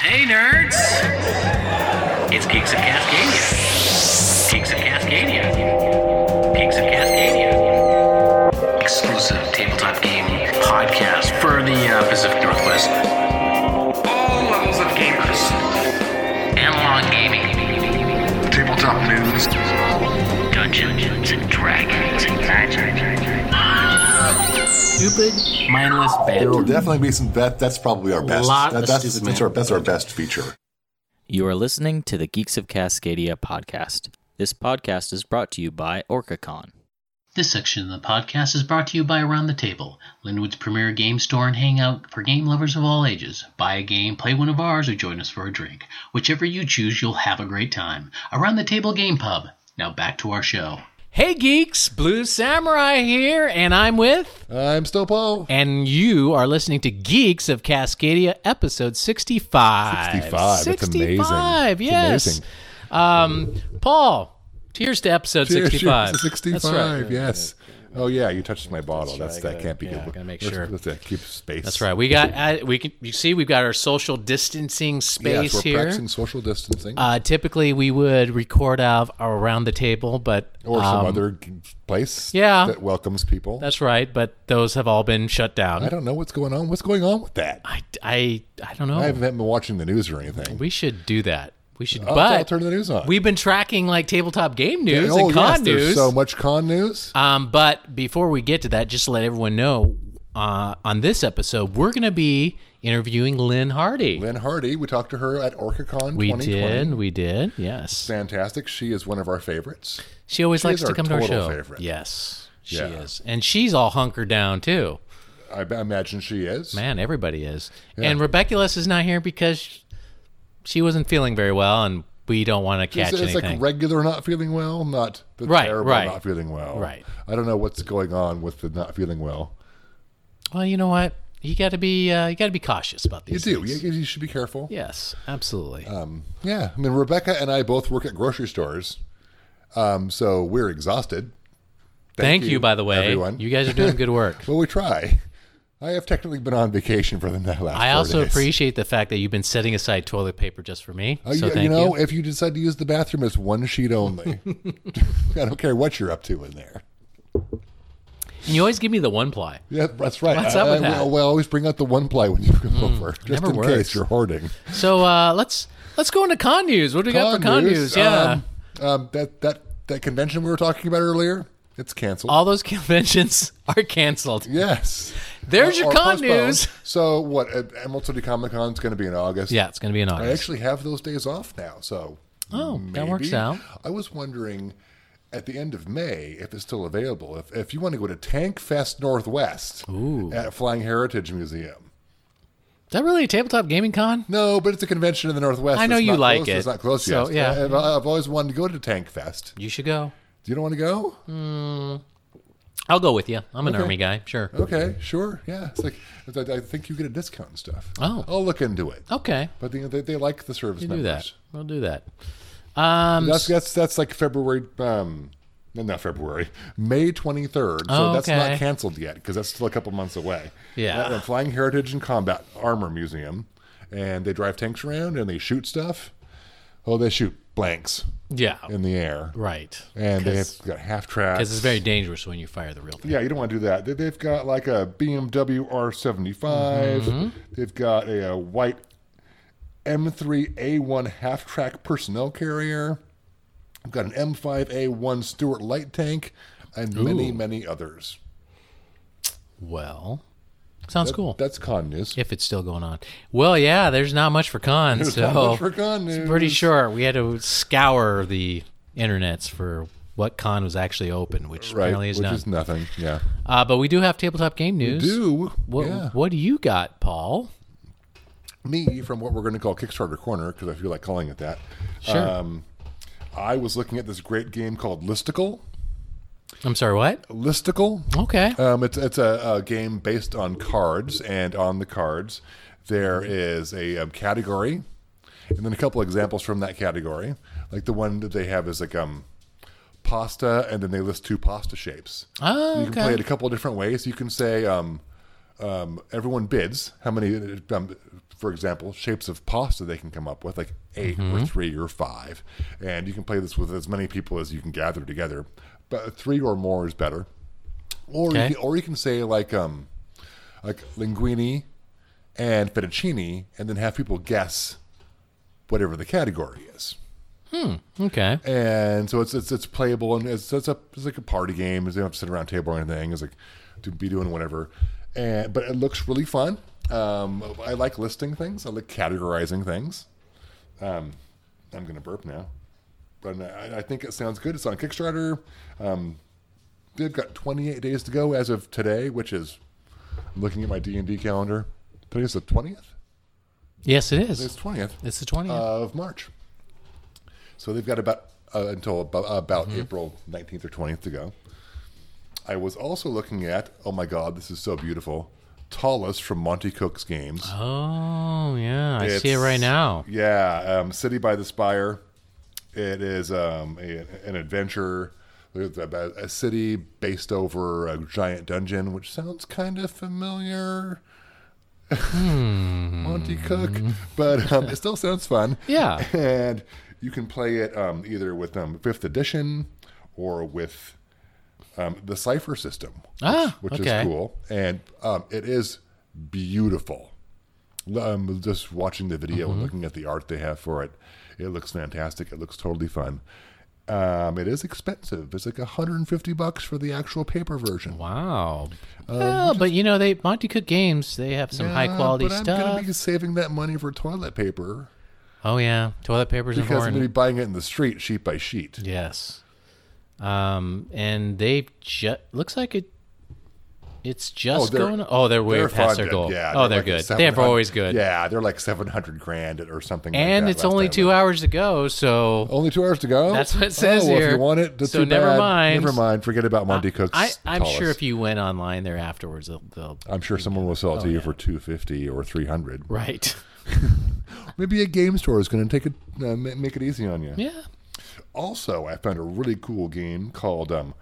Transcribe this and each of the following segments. Hey, nerds! It's Geeks of Cascadia. Geeks of Cascadia. Geeks of Cascadia. Exclusive tabletop game podcast for the uh, Pacific Northwest. All levels of gamers. Analog gaming. Tabletop news. Dungeons and Dragons. Stupid, mindless There will banter. definitely be some. That, that's probably our best. Lot That- of that's, stupid that's man. our, that's our best feature. You are listening to the Geeks of Cascadia podcast. This podcast is brought to you by OrcaCon. This section of the podcast is brought to you by Around the Table, Linwood's premier game store and hangout for game lovers of all ages. Buy a game, play one of ours, or join us for a drink. Whichever you choose, you'll have a great time. Around the Table Game Pub. Now back to our show. Hey geeks, Blue Samurai here, and I'm with, I'm Stopo. and you are listening to Geeks of Cascadia, episode 65. 65. That's amazing. 65, It's yes. amazing. Um, Paul, cheers to episode Cheers, 65. cheers to 65. That's right. Yes. Oh yeah, you touched my bottle. That's, right, I that gotta- can't be yeah, good. gotta make Let's- sure. Let's, uh, keep space. That's right. We got uh, we can you see we've got our social distancing space yes, we're here. practicing social distancing Uh, typically we would record out around the table, but or some um, other g- place yeah. that welcomes people. That's right, but those have all been shut down. I don't know what's going on. What's going on with that? I, I, I don't know. I haven't been watching the news or anything. We should do that. We should. I'll, but I'll turn the news on. we've been tracking like tabletop game news oh, and con yes, news. There's so much con news. um, but before we get to that, just to let everyone know, uh, on this episode, we're going to be interviewing Lynn Hardy. Lynn Hardy, we talked to her at OrcaCon we 2020. did. We did. Yes. Fantastic. She is one of our favorites. She always She likes is to our come to our total show. favorite. Yes, she Yeah. is, and she's all hunkered down too. I b- imagine she is. Man, everybody is. And Rebecca Less is not here because she wasn't feeling very well, and we don't want to It's- catch it's, anything. like regular not feeling well, not the Right, terrible right. not feeling well. Right. I don't know what's going on with the not feeling well. Well, you know what? You got to be uh, you got to be cautious about You these. do. things. You, Uh, you should be careful. Yeah. Yes, absolutely. I mean, Rebecca and I both work at grocery stores, um, so we're exhausted. Thank you, by the way. everyone. You guys are doing good work. Well, we try. I have technically been on vacation for the last. I four also days. appreciate the fact that you've been setting aside toilet paper just for me. Uh, so you, thank you know, you. if you decide to use the bathroom, it's one sheet only. I don't care what you're up to in there. And you always give me the one ply. Yeah, that's right. What's up with I, I, that? Hmm, Well, I always bring out the one ply when you come over, just never in works. case you're hoarding. So uh, let's let's go into con news. What do we got for con news? Yeah, um, um, that that that convention we were talking about earlier, it's canceled. all those conventions are canceled. yes. There's your Or con postponed. news. So what? uh, Emerald City Comic Con is going to be in August. Yeah, it's going to be in I August. actually have those days off now, so Oh, that works maybe. out. I was wondering at the end of May if it's still available. If if you want to go to Tank Fest Northwest at Flying Heritage Museum. Is that really a tabletop gaming con? No, but it's a convention in the Northwest. I know It's you not like closed. it. It's not close So, yet. Uh, yeah. I've, I've always wanted to go to Tank Fest. You should go. Do you don't want to go? Mm. I'll go with you. I'm an army guy. Sure. Okay, sure. Yeah, it's like it's like, I think you get a discount and stuff. Oh. I'll look into it. Okay. But they, they, they like the service You do members. that. We'll do that. Um, That's that's that's like February. Um, no, not February. May twenty third. Oh, so that's okay. not canceled yet because that's still a couple months away. Yeah. Uh, Flying Heritage and Combat Armor Museum, and they drive tanks around and they shoot stuff. Oh, they shoot blanks yeah. in the air. Right. And they have Because got half tracks. it's very dangerous when you fire the real thing. Yeah, you don't want to do that. They- They've got like a BMW R75. Mm-hmm. They've got a, uh white M3A1 half track personnel carrier. I've got an M5A1 Stuart light tank and many, many others. Well, sounds cool. That's con news. if it's still going on. Well, yeah, there's not much for cons. There's so not much for con news. pretty sure we had to scour the internets for what con was actually open, which Right, apparently is which not. is nothing. Yeah. uh, but we do have tabletop game news. Do What, yeah. what do you got, Paul? me from what we're going to call Kickstarter Corner because I feel like calling it that. Sure. Um, I was looking at this great game called Listicle. I'm sorry, what? Listicle. Okay. Um, it's it's a, a game based on cards, and on the cards there is a um, category, and then a couple examples from that category. Like the one that they have is like um, pasta, and then they list two pasta shapes. Oh, you can play okay. it a couple of different ways. You can say um, um, everyone bids how many, um, for example, shapes of pasta they can come up with, like 8 Mm-hmm. or three or five. And you can play this with as many people as you can gather together, but three or more is better. Or Okay. you can, or you can say like um, like linguini and fettuccine, and then have people guess whatever the category is Okay. and so it's it's, it's playable and it's it's, a, it's like a party game. You don't have to sit around a table or anything. It's like to be doing whatever, and but it looks really fun. Um, I like listing things. I like categorizing things. Um, I'm gonna burp now, but uh, I, I think it sounds good. It's on Kickstarter. Um, they've got 28 days to go as of today, which is I'm looking at my D and D calendar. Today's the 20th. Yes, it It's is. 20th It's the 20th. of March. So they've got about uh, until about, about April 19th or 20th to go. I was also looking at, oh my God, this is so beautiful, Tallest from Monty Cook's Games. oh, yeah. I see it It's- right now. Yeah, um, City by the Spire. It is um, a, an adventure with about a city based over a giant dungeon, which sounds kind of familiar. Monty Cook, but um, it still sounds fun. Hmm. Yeah. and you can play it um, either with um, fifth edition or with um, the cipher system, Ah, which okay. is cool, and um, it is beautiful. Um, just watching the video Mm-hmm. and looking at the art they have for it, it looks fantastic. It looks totally fun. Um, it is expensive. It's like 150 bucks for the actual paper version. Wow. well, but you know, they Monty Cook Games, they have some high Uh, Yeah, quality Uh, but I'm stuff. gonna be saving that money for toilet paper Oh yeah, toilet paper's because I'm important. gonna be buying it in the street, sheet by sheet. Yes. Um, and they just looks like it. It's just they're- going. Oh, they're way They're past fun, their uh, goal. Yeah, oh, they're like good. 700 They're always good. Yeah, they're like seven hundred grand or something. like And that it's last only time. Oh, two hours to go, so Only two hours to go. That's what it says oh, well, If here. you want it, that's So too never bad. mind. Never mind. Forget about Monty Cook's. I, I'm sure tallest. if you went online there afterwards, they'll. they'll I'm sure someone will sell it to you for two fifty or three hundred. right. Maybe a game store is going to take it, uh, ma- make it easy on you. Yeah. Also, I found a really cool game called um,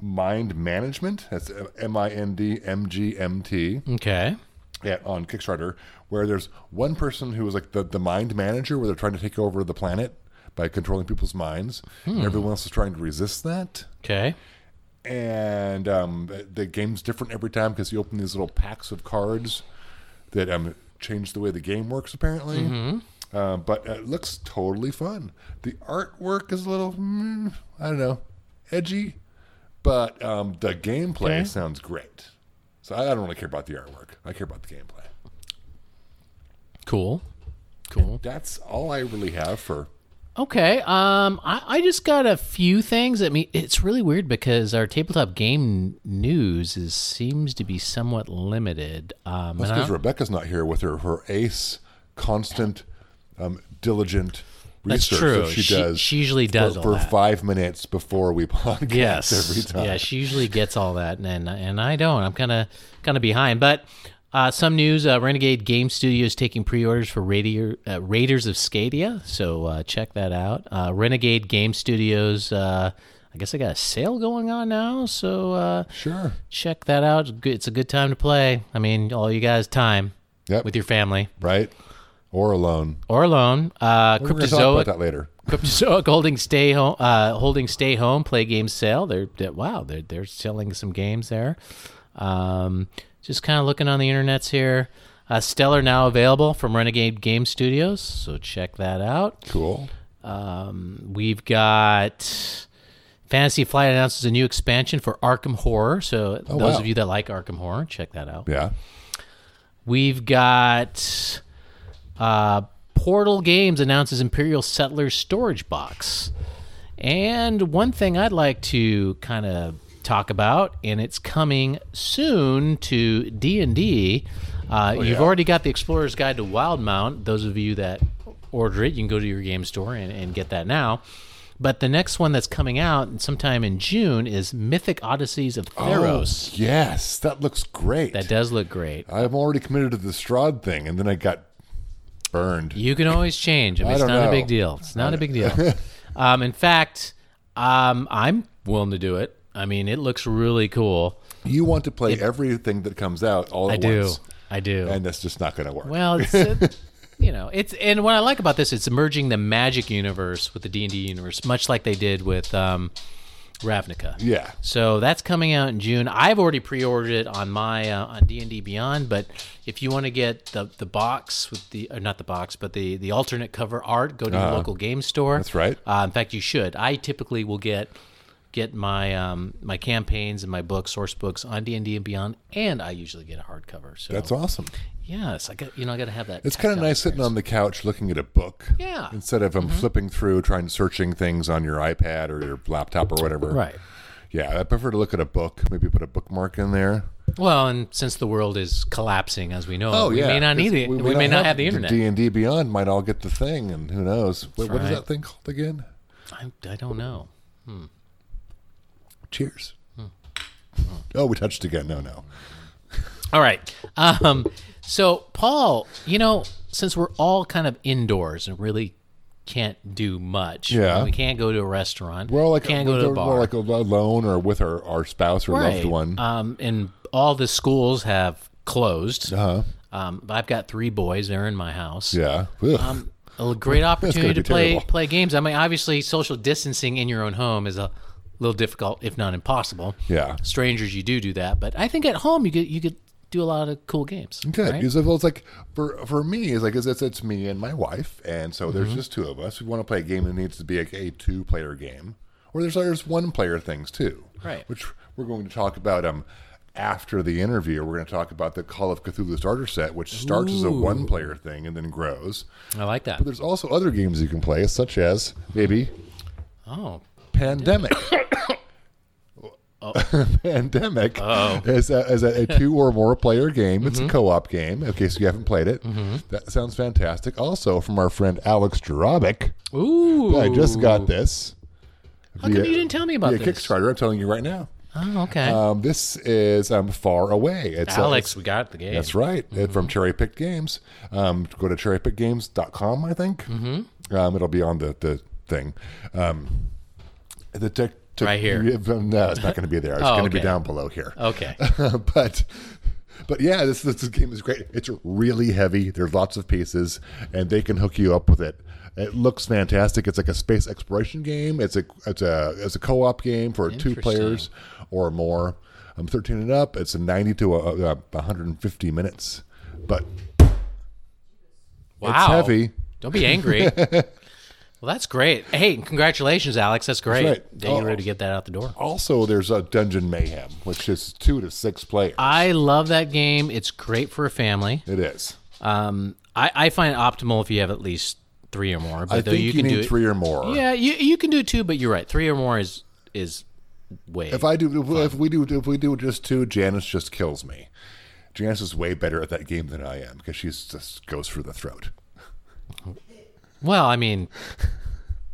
Mind Management. That's uh, M I N D M G M T. Okay. at, on Kickstarter where there's one person who is like the, the mind manager where they're trying to take over the planet by controlling people's minds and everyone else is trying to resist that Okay. and um, the- the game's different every time because you open these little packs of cards that um, change the way the game works apparently Mm-hmm. Uh, but it looks totally fun the artwork is a little mm, i don't know edgy but um, the gameplay Okay. sounds great so i I don't really care about the artwork i care about the gameplay Cool. Cool. That's all I really have for. Okay. Um, I, I just got a few things. I mean, it's really weird because our tabletop game news is seems to be somewhat limited. Um, That's and I- because Rebecca's not here with her her ace, constant, um, diligent That's research true. that she, She- does. she usually for- does all for that. five minutes before we podcast yes, every time. yeah. She usually gets all that, and and, and I don't. I'm kind of kind of behind, but. Uh, some news: uh, Renegade Game Studio is taking pre-orders for Raider, uh, Raiders of Scadia, so uh, check that out. Uh, Renegade Game Studios, uh, I guess I got a sale going on now, so uh, sure. check that out. It's good- It's a good time to play. I mean, all you guys time Yep. with your family right, or alone. or alone. Uh, We're gonna talk about Cryptozoic, that later. Cryptozoic holding stay home, uh, holding stay home play game sale. They're, they wow, they're they're selling some games there. Um, just kind of looking on the internets here. Uh, Stellar now available from Renegade Game Studios, so check that out. Cool. We've got Fantasy Flight announces a new expansion for Arkham Horror. So those wow. of you that like Arkham Horror, check that out. Yeah. We've got uh, Portal Games announces Imperial Settlers Storage Box. And one thing I'd like to kind of talk about, and it's coming soon to D and D. uh, You've already got the Explorer's Guide to Wildmount. Those of you that order it, you can go to your game store and, and get that now. But the next one that's coming out sometime in June is Mythic Odysseys of Theros. Oh, Yes, that looks great. That does look great. I'm already committed to the Strahd thing, and then I got burned. You can always change. I mean, I it's don't not a know. big deal. It's not a big deal. um, in fact, um, I'm willing to do it. I mean, it looks really cool. You want to play everything that comes out all at I do. once, I do. and that's just not going to work. well, it's, it, you know, it's and what I like about this, it's merging the Magic universe with the D and D universe, much like they did with um, Ravnica. yeah, So that's coming out in June. I've already pre-ordered it on my uh, on D and D Beyond, but if you want to get the the box with the or not the box, but the the alternate cover art, go to your local game store. Ah. That's right. Uh, in fact, you should. I typically will get get my um, my campaigns and my books, source books on D and D and Beyond, and I usually get a hardcover. So that's awesome. yes, I got you know I got to have that. It's kind of tactile nice sitting on the couch looking at a book. Yeah. Mm-hmm. Instead of um, flipping through, trying searching things on your iPad or your laptop or whatever. Right. Yeah, I prefer to look at a book. Maybe put a bookmark in there. Well, and since the world is collapsing as we know, Oh we yeah, may not need it. We, may not have the internet. D and D Beyond might all get the thing, and who knows? What, what is right. that thing called again? I, I don't know. Cheers. Hmm. Oh, we touched again. No, no. All right. Um, so, Paul, you know, since we're all kind of indoors and really can't do much, Yeah. we can't go to a restaurant. We're all like can't go we're, to a we're bar. like alone or with our, our spouse or right. loved one. Um, and all the schools have closed. Uh-huh. Um, but I've got three boys. They're in my house. yeah. Ugh. A great opportunity be to play terrible. play games. I mean, obviously, social distancing in your own home is a little difficult, if not impossible. yeah. Strangers, you do do that, but I think at home you get you could do a lot of cool games. Good. right? It's, well, it's like for for me, it's like it's it's, it's me and my wife, and so there's Mm-hmm. just two of us. We want to play a game that needs to be like a two player game, or there's there's one player things too, Right. Which we're going to talk about um after the interview. We're going to talk about the Call of Cthulhu starter set, which starts as a one player thing and then grows. I like that. But there's also other games you can play, such as maybe Oh, pandemic. pandemic is, a, is a, a two or more player game. It's Mm-hmm. a co-op game. In case you haven't played it, that sounds fantastic. Also, from our friend Alex Jurabic, Ooh. I just got this. How come you didn't tell me about via this? Kickstarter. I'm telling you right now. Oh, okay. Um, this is um, far away. It's a- Alex, it's- we got the game. Mm-hmm. that's right. It- from Cherry Picked Games. Um, go to cherrypickgames.com, I think. Mm-hmm. Um, it'll be on the, the thing. Um, the tech. tech- Right here. Oh, No, it's not going to be there. It's going to be okay. down below here. Okay. but. But yeah, this, this game is great. It's really heavy. There's lots of pieces, and they can hook you up with it. It looks fantastic. It's like a space exploration game. It's a it's a it's a co-op game for two players or more. I'm 13 and up. It's a 90 to uh, a, a, 150 minutes, but Wow. heavy. Don't be angry. well, that's great. Hey, congratulations, Alex. That's great. right. Dang, Oh. you're ready to get that out the door. also there's a Dungeon Mayhem, which is two to six players. I love that game. It's great for a family. it is. Um, I, I find it optimal if you have at least three or more. But I though think you, you can do need it- three or more. Yeah, you you can do two, but you're right. Three or more is is way. If I do, if, if we do, if we do just two, Janice just kills me. Janice is way better at that game than I am because she just goes for the throat. well, I mean,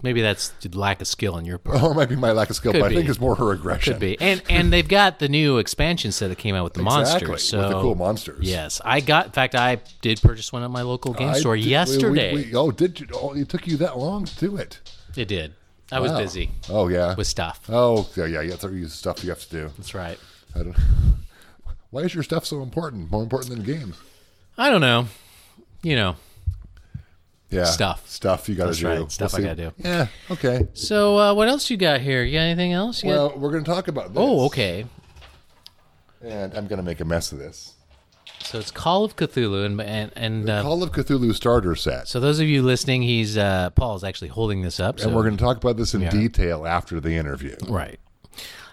maybe that's the lack of skill on your part. Or Oh, it might be my lack of skill, Could but be. I think it's more her aggression. Could be. And and they've got the new expansion set that came out with the Exactly, monsters. So with the cool monsters. Yes, I got. In fact, I did purchase one at my local game I store did- we- we- yesterday. we- oh, did you? Oh, it took you that long to do it? it did. I was Wow. busy Oh yeah. with stuff. oh yeah, yeah. You have to use stuff you have to do. That's right. I don't, why is your stuff so important? More important than games? I don't know. You know. Yeah. Stuff. Stuff you got to That's do. right, stuff I see. gotta do. Yeah. Okay. So uh, what else you got here? You got anything else? You got- Well, we're gonna talk about. This, oh, okay. And I'm gonna make a mess of this. So it's Call of Cthulhu, and and, and uh, Call of Cthulhu starter set. so those of you listening, he's uh, Paul's actually holding this up. So and we're going to talk about this in detail after the interview. right.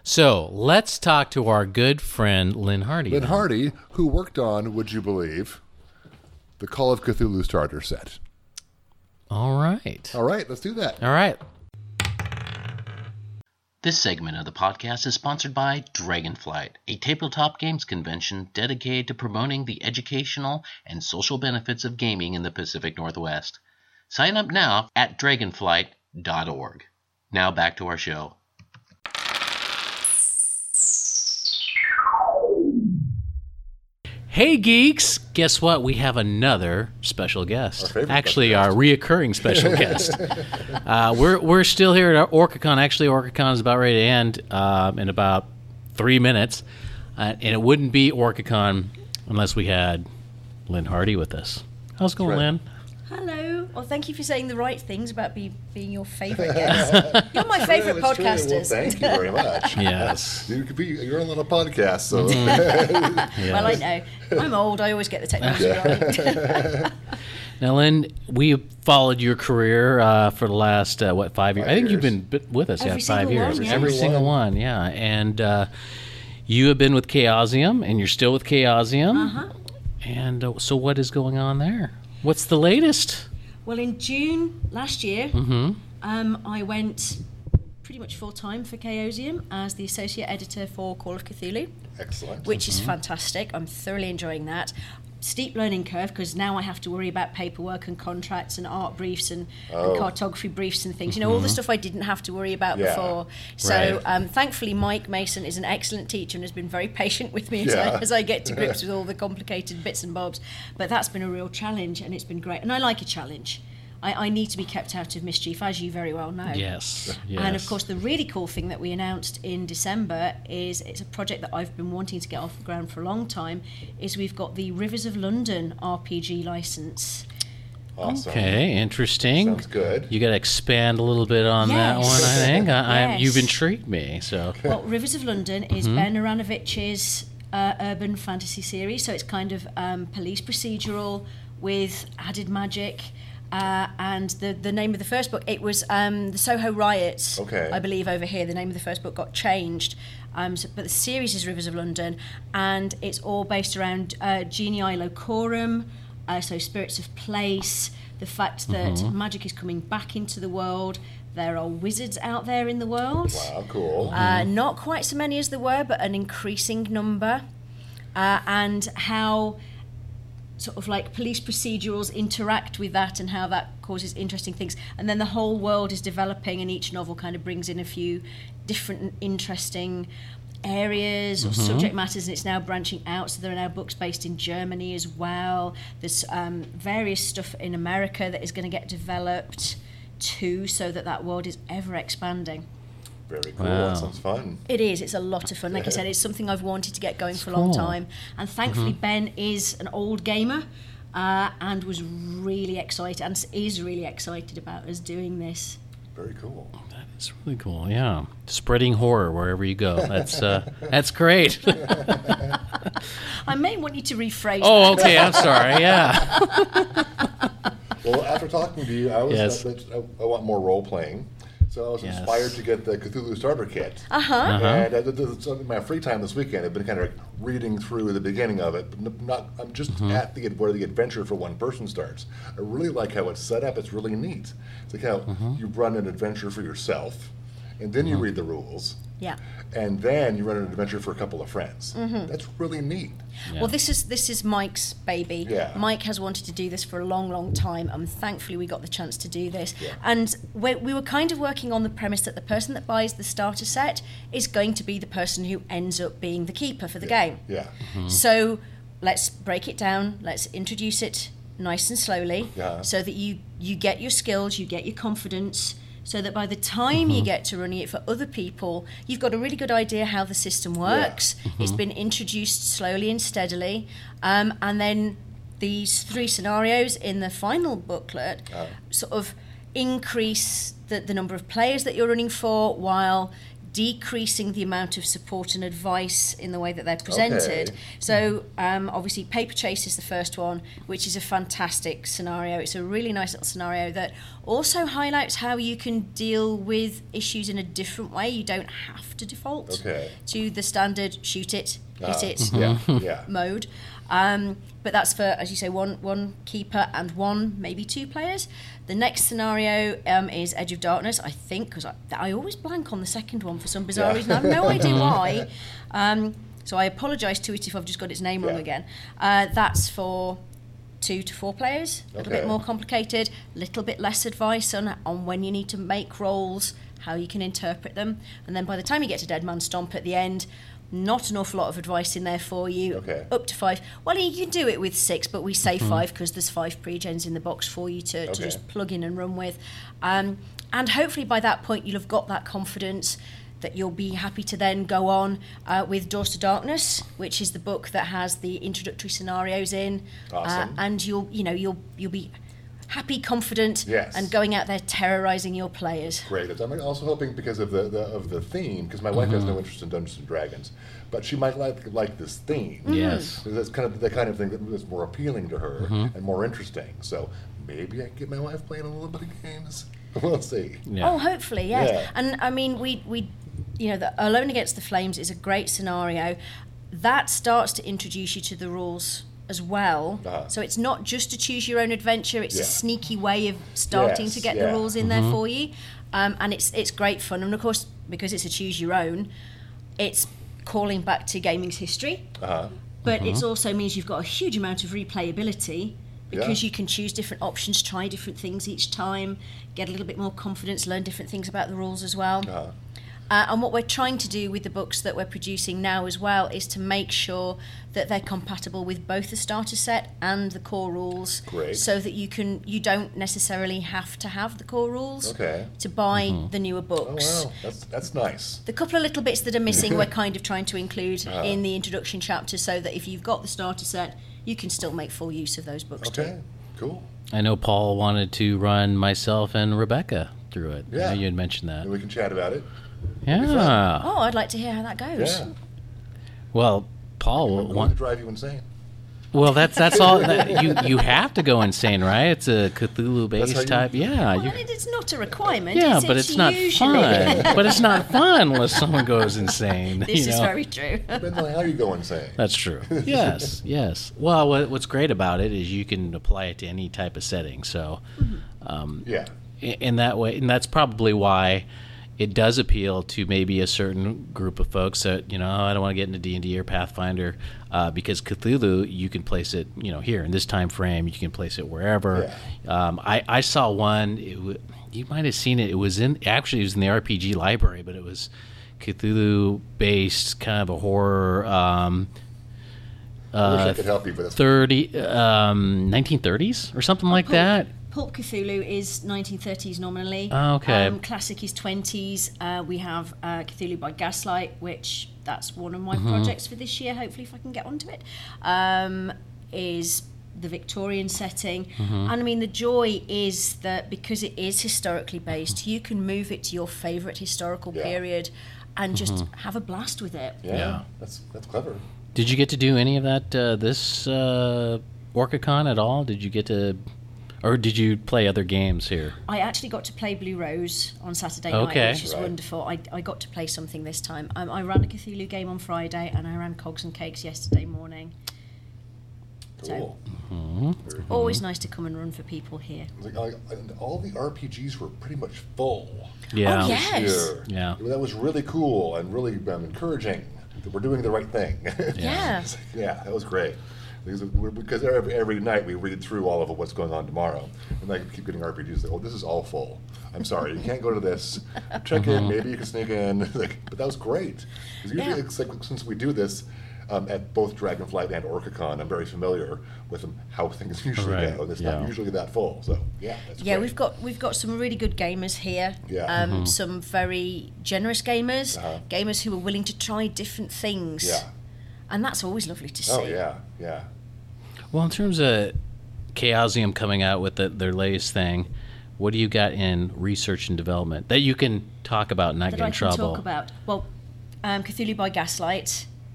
So let's talk to our good friend Lynn Hardy. Ben then. Hardy, who worked on, would you believe, the Call of Cthulhu starter set. All right. All right, let's do that. All right. This segment of the podcast is sponsored by Dragonflight, a tabletop games convention dedicated to promoting the educational and social benefits of gaming in the Pacific Northwest. Sign up now at dragonflight.org. Now back to our show. Hey geeks! Guess what? We have another special guest. favorite actually, our reoccurring special guest. Uh, we're we're still here at OrcaCon. Actually, OrcaCon is about ready to end um, in about three minutes, uh, and it wouldn't be OrcaCon unless we had Lynn Hardy with us. How's it going, That's right. Lynn? Hello. Well, thank you for saying the right things about be, being your favourite guest. You're my favourite That's true. Well, podcasters. thank you very much. Yes. You could be. You're on a lot of podcasts, so Well, I know. I'm old. I always get the technology right. Now, Lynn, we followed your career uh, for the last uh, what five years? I think you've years. been bi- with us, yeah, Every five single years. every one, yeah. Every single one, yeah. And uh, you have been with Chaosium, and you're still with Chaosium. Uh-huh. And uh, so, what is going on there? What's the latest? Well, in June last year, um, I went pretty much full time for Chaosium as the associate editor for Call of Cthulhu. excellent. which is fantastic. I'm thoroughly enjoying that. Steep learning curve because now I have to worry about paperwork and contracts and art briefs and, and cartography briefs and things. You know, all the stuff I didn't have to worry Oh. about Mm-hmm. Yeah. before. So, Right. um, thankfully, Mike Mason is an excellent teacher and has been very patient with me as, Yeah. I, as I get to grips with all the complicated bits and bobs. But that's been a real challenge and it's been great. And I like a challenge. I, I need to be kept out of mischief, as you very well know. Yes. And of yes. course, the really cool thing that we announced in December is it's a project that I've been wanting to get off the ground for a long time. Is we've got the Rivers of London RPG license. Awesome. Okay, interesting. Sounds good. You got to expand a little bit on that Yes. one. I think I, I, you've Yes. intrigued me. So Well, Rivers of London is Mm-hmm. Ben Aranovich's uh, urban fantasy series, so it's kind of um, police procedural with added magic. Uh, and the, the name of the first book, it was um, the Soho Riots, Okay. I believe, over here. The name of the first book got changed. Um, so, but the series is Rivers of London, and it's all based around uh, Genii Locorum, uh, so spirits of place, the fact that Mm-hmm. magic is coming back into the world. There are wizards out there in the world. Wow, cool. Uh, not quite so many as there were, but an increasing number. Uh, and how sort of like police procedurals interact with that and how that causes interesting things. And then the whole world is developing, and each novel kind of brings in a few different and interesting areas or subject matters and it's now branching out so there are now books based in germany as well there's um, various stuff in america that is going to get developed too so that that world is ever expanding Very cool. Wow. That sounds fun. it is. It's a lot of fun. Like I said, it's something I've wanted to get going for a long Cool. time. And thankfully, Ben is an old gamer uh, and was really excited and is really excited about us doing this. Very cool. It's really cool. Yeah, spreading horror wherever you go. That's uh, that's great. I may want you to rephrase. Oh, okay. I'm sorry. Yeah. Well, after talking to you, I was Yes. I, I want more role playing, so I was Yes. Uh-huh. inspired to get the Cthulhu starter kit. Uh huh. And I did this, so in my free time this weekend, I've been kind of like reading through the beginning of it, but n- not. I'm just Mm-hmm. at the where the adventure for one person starts. I really like how it's set up. It's really neat. It's like how Mm-hmm. you run an adventure for yourself, and then you read the rules. Yeah. And then you run an adventure for a couple of friends. That's really neat. Well, this is this is Mike's baby. Yeah. Mike has wanted to do this for a long, long time, and thankfully we got the chance to do this. And we, we were kind of working on the premise that the person that buys the starter set is going to be the person who ends up being the keeper for the game. Yeah. Mm-hmm. So let's break it down. Let's introduce it nice and slowly, Yeah. so that you you get your skills, you get your confidence, so that by the time you get to running it for other people, you've got a really good idea how the system works. It's been introduced slowly and steadily, um, and then these three scenarios in the final booklet sort of increase the, the number of players that you're running for while decreasing the amount of support and advice in the way that they're presented. Okay. So um, obviously, Paper Chase is the first one, which is a fantastic scenario. It's a really nice little scenario that also highlights how you can deal with issues in a different way. You don't have to default Okay. to the standard shoot it, hit Ah, it Yeah. Mm-hmm. Yeah. mode. Um, but that's for, as you say, one one keeper and one, maybe two players. The next scenario um, is Edge of Darkness, I think, because I, I always blank on the second one for some bizarre Yeah. reason. I have no idea why. Um, so I apologise to it if I've just got its name wrong Yeah. again. Uh, that's for two to four players, a little Okay. bit more complicated, a little bit less advice on, on when you need to make rolls, how you can interpret them. And then by the time you get to Dead Man Stomp at the end, Not an awful lot of advice in there for you. Okay. Up to five. Well, you can do it with six, but we say five because there's five pre-gens in the box for you to, to Okay. just plug in and run with. Um, and hopefully by that point, you'll have got that confidence that you'll be happy to then go on uh, with Doors to Darkness, which is the book that has the introductory scenarios in. Awesome. Uh, and you'll, you know, you'll you'll be happy, confident, Yes. and going out there terrorizing your players. Great. I'm also hoping because of the, the of the theme, because my wife has no interest in Dungeons and Dragons, but she might like like this theme. Yes. So that's kind of the kind of thing that is more appealing to her and more interesting. So maybe I can get my wife playing a little bit of games. We'll see. Yeah. Oh, hopefully, yes. Yeah. And I mean, we we, you know, the Alone Against the Flames is a great scenario. That starts to introduce you to the rules as well. Uh-huh. So it's not just to choose your own adventure. It's a Yeah. sneaky way of starting Yes, to get yeah. Mm-hmm. the rules in there for you, um, and it's it's great fun. And of course, because it's a choose your own, it's calling back to gaming's history. Uh-huh. But it also means you've got a huge amount of replayability because Yeah. you can choose different options, try different things each time, get a little bit more confidence, learn different things about the rules as well. Uh-huh. Uh, and what we're trying to do with the books that we're producing now as well is to make sure that they're compatible with both the starter set and the core rules, Great. so that you can you don't necessarily have to have the core rules Okay. to buy the newer Oh books. wow, that's that's nice. The couple of little bits that are missing, we're kind of trying to include Ah. in the introduction chapter so that if you've got the starter set, you can still make full use of those books too. Okay, cool. I know Paul wanted to run myself and Rebecca through it. I Yeah. know you had mentioned And that. we can chat about it. Yeah. Oh, I'd like to hear how that goes. Yeah, Well, Paul will I'm going to want. drive you insane. Well, that's that's all. That, you you have to go insane, right? It's a That's how Cthulhu-based you- type. Yeah. Well, you- and it's not a requirement. yeah, is it? but it's not usually- fun. but it's not fun unless someone goes insane. This you is know? very true. Depends on how you go insane. That's true. Yes, yes. Well, what, what's great about it is you can apply it to any type of setting. So, Yeah. i- in that way, and that's probably why it does appeal to maybe a certain group of folks that you know "Oh, I don't want to get into D and D or Pathfinder uh, because Cthulhu you can place it you know here in this time frame you can place it wherever. Um, I I saw one. It w- you might have seen it. It was in actually it was in the RPG library, but it was Cthulhu based kind of a horror. Um, I wish I could help you, but that's 30 um 1930s or something like that Pulp Cthulhu is 1930s nominally. Oh, okay. Um, classic is 20s. Uh, we have uh, Cthulhu by Gaslight, which that's one of my projects for this year. Hopefully, if I can get onto it, um, is the Victorian setting. And I mean, the joy is that because it is historically based, you can move it to your favourite historical Yeah. period and just have a blast with it. yeah, Yeah. That's that's clever. did you get to do any of that uh, this uh orcacon at all did you get to or did you play other games here I actually got to play Blue Rose on Saturday Okay. night, which is Right. wonderful. I, I got to play something this time. Um, I ran a Cthulhu game on Friday and I ran Cogs and Cakes yesterday morning. So- Cool. Always nice to come and run for people here. It's Like, like, and all the RPGs were pretty much full. yeah Oh, yeah. Yes. year. Yeah. That was really cool and really um, encouraging that we're doing the right thing. Yeah. yeah, that was great. Because, we're- because every, every night we read through all of what's going on tomorrow, and I keep getting RPGs like, "Oh, this is all full. I'm sorry, you can't go to this. Check in, Uh-huh. maybe you can sneak in." like, but that was great. 'Cause usually, Yeah. it's like, since we do this um, at both Dragonflight and OrcaCon, I'm very familiar with um, how things usually Right, go. and It's yeah. not usually that full, so yeah. That's Yeah, great. we've got we've got some really good gamers here. Yeah. Uh-huh. Um, Some very generous gamers, gamers who are willing to try different things. Yeah. And that's always lovely to see. Oh yeah, yeah. well in terms of chaosium coming out with the, their latest thing what do you got in research and development that you can talk about and not that get I in can trouble talk about? Well, um, Cthulhu by Gaslight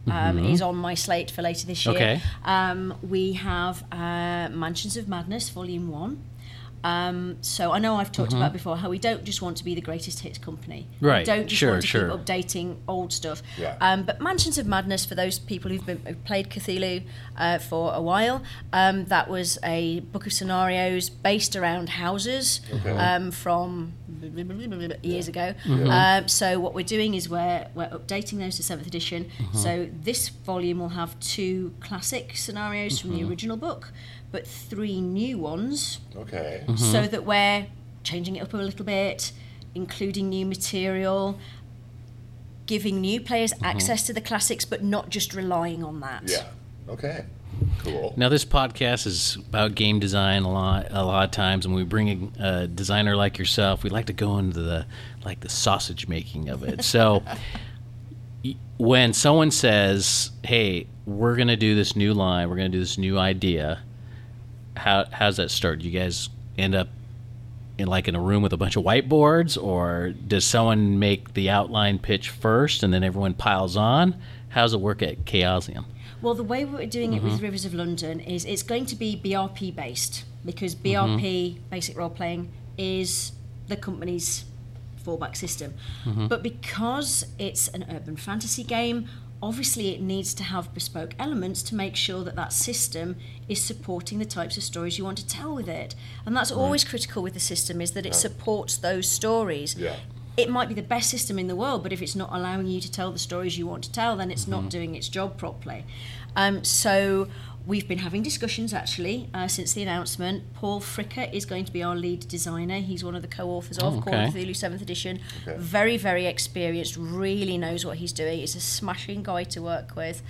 um, is on my slate for later this year. Mm-hmm. Okay. Um, we have uh, Mansions of Madness, Volume 1. Um, so I know I've talked about before how we don't just want to be the greatest hits company. Mm-hmm. Right, We don't just sure, want to sure. keep updating old stuff. Yeah. Um, but Mansions of Madness, for those people who've, been, who've played Cthulhu uh, for a while, um, that was a book of scenarios based around houses um, from years ago. Um, so what we're doing is we're, we're updating those to seventh edition. So this volume will have two classic scenarios from the original book, but three new ones Okay. so that we're changing it up a little bit, including new material, giving new players access to the classics, but not just relying on that. Yeah. Okay. Cool. Now, this podcast is about game design a lot. A lot of times, when we bring a, a designer like yourself, we like to go into the like the sausage making of it. So, y- when someone says, "Hey, we're gonna do this new line. We're gonna do this new idea," how how's that start? Do you guys end up in like in a room with a bunch of whiteboards, or does someone make the outline pitch first and then everyone piles on? How's it work at Chaosium? Well, the way we're doing it with Rivers of London is it's going to be BRP based because BRP, basic role playing, is the company's fallback system. But because it's an urban fantasy game, obviously it needs to have bespoke elements to make sure that that system is supporting the types of stories you want to tell with it. And that's always critical with the system is that it supports those stories Yeah. it might be the best system in the world, but if it's not allowing you to tell the stories you want to tell, then it's not doing its job properly. Um, so we've been having discussions actually uh, since the announcement. Paul Fricker is going to be our lead designer. He's one of the co-authors of Oh, Call okay. of Cthulhu Seventh Edition. Very, very experienced. Really knows what he's doing. He's a smashing guy to work with.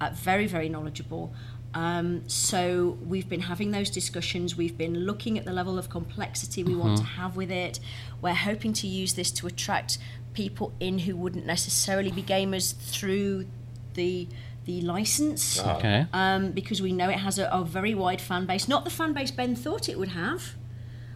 Uh, very, very knowledgeable. Um, so we've been having those discussions. We've been looking at the level of complexity we want to Mm-hmm. have with it. We're hoping to use this to attract people in who wouldn't necessarily be gamers through the the license Okay. um, because we know it has a, a very wide fan base. Not the fan base Ben thought it would have.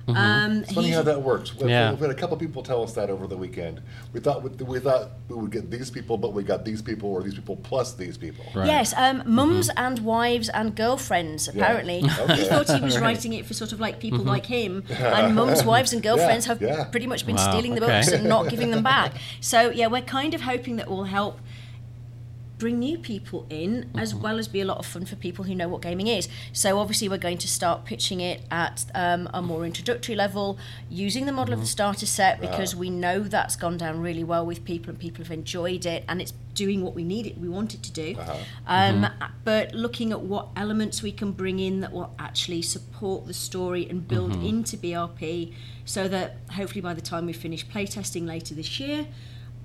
Mm-hmm. Um, It's funny he- how that works. We, Yeah. we had a couple people tell us that over the weekend. We thought we, we thought we would get these people, but we got these people or these people plus these people. Right. Yes, um, mums and wives and girlfriends, apparently. Mm-hmm. Okay. Mm-hmm. He thought he was writing it for sort of like people like him, and mums, wives, and girlfriends have yeah. pretty much been Wow, stealing the okay. books and not giving them back. So, yeah, we're kind of hoping that will help bring new people in as well as be a lot of fun for people who know what gaming is so obviously we're going to start pitching it at um, a more introductory level using the model of the starter set because we know that's gone down really well with people and people have enjoyed it and it's doing what we need it we want it to do um, but looking at what elements we can bring in that will actually support the story and build into brp so that hopefully by the time we finish playtesting later this year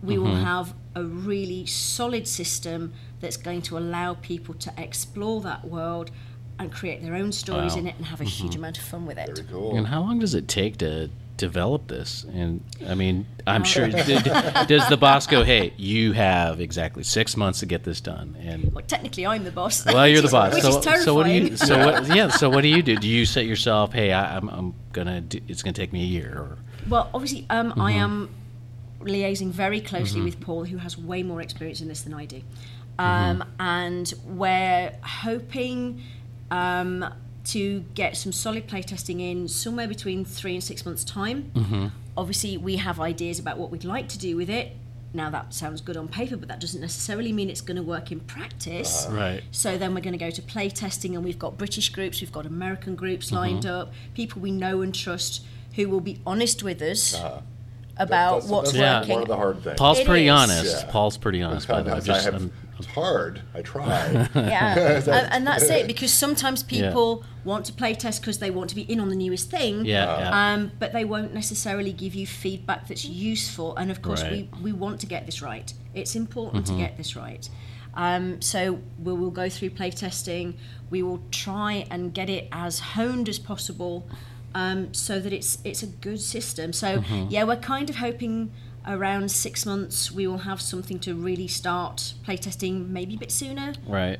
we will Mm-hmm. have a really solid system that's going to allow people to explore that world and create their own stories Wow. Mm-hmm. in it and have a huge amount of fun with it. Very cool. And how long does it take to develop this? And I mean, I'm sure. d- d- does the boss go, "Hey, you have exactly six months to get this done"? And Well, technically, I'm the boss. well, you're the boss. Which so, is so what do you? So terrifying. what? Yeah. So what do you do? Do you set yourself, "Hey, I, I'm, I'm gonna. Do, it's gonna take me a year." Or Well, obviously, um, I am liaising very closely with Paul, who has way more experience in this than I do. Um, And we're hoping um, to get some solid playtesting in somewhere between three and six months' time. Obviously, we have ideas about what we'd like to do with it. Now, that sounds good on paper, but that doesn't necessarily mean it's going to work in practice. right. So then we're going to go to play testing, and we've got British groups, we've got American groups Mm-hmm. lined up, people we know and trust who will be honest with us about Ah. That's- what's that's like Yeah. One of working. the hard things. Paul's It pretty is. honest. Yeah. Paul's pretty honest. By the way, I just, have- um, it's hard. I try. Yeah, and, and that's it because sometimes Yeah. people want to play test because they want to be in on the newest thing. yeah. yeah. uh, Um, but they won't necessarily give you feedback that's useful. And of course, Right. we, we want to get this right. It's important to get this right. Um, so we will go through playtesting. We will try and get it as honed as possible, um, so that it's it's a good system. So yeah, we're kind of hoping around six months we will have something to really start playtesting, maybe a bit sooner. right.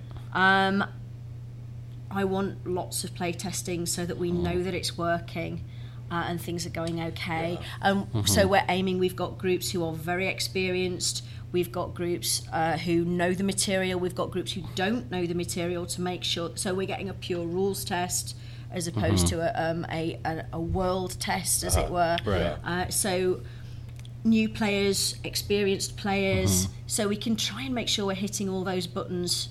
I want lots of play testing so that Mm. we know that it's working uh, and things are going okay. Um, Mm-hmm. So we're aiming, we've got groups who are very experienced, we've got groups uh, who know the material, we've got groups who don't know the material to make sure. So we're getting a pure rules test as opposed Mm-hmm. to a, um, a, a, a world test, as it were. Right. Uh, so new players, experienced players, Mm-hmm. so we can try and make sure we're hitting all those buttons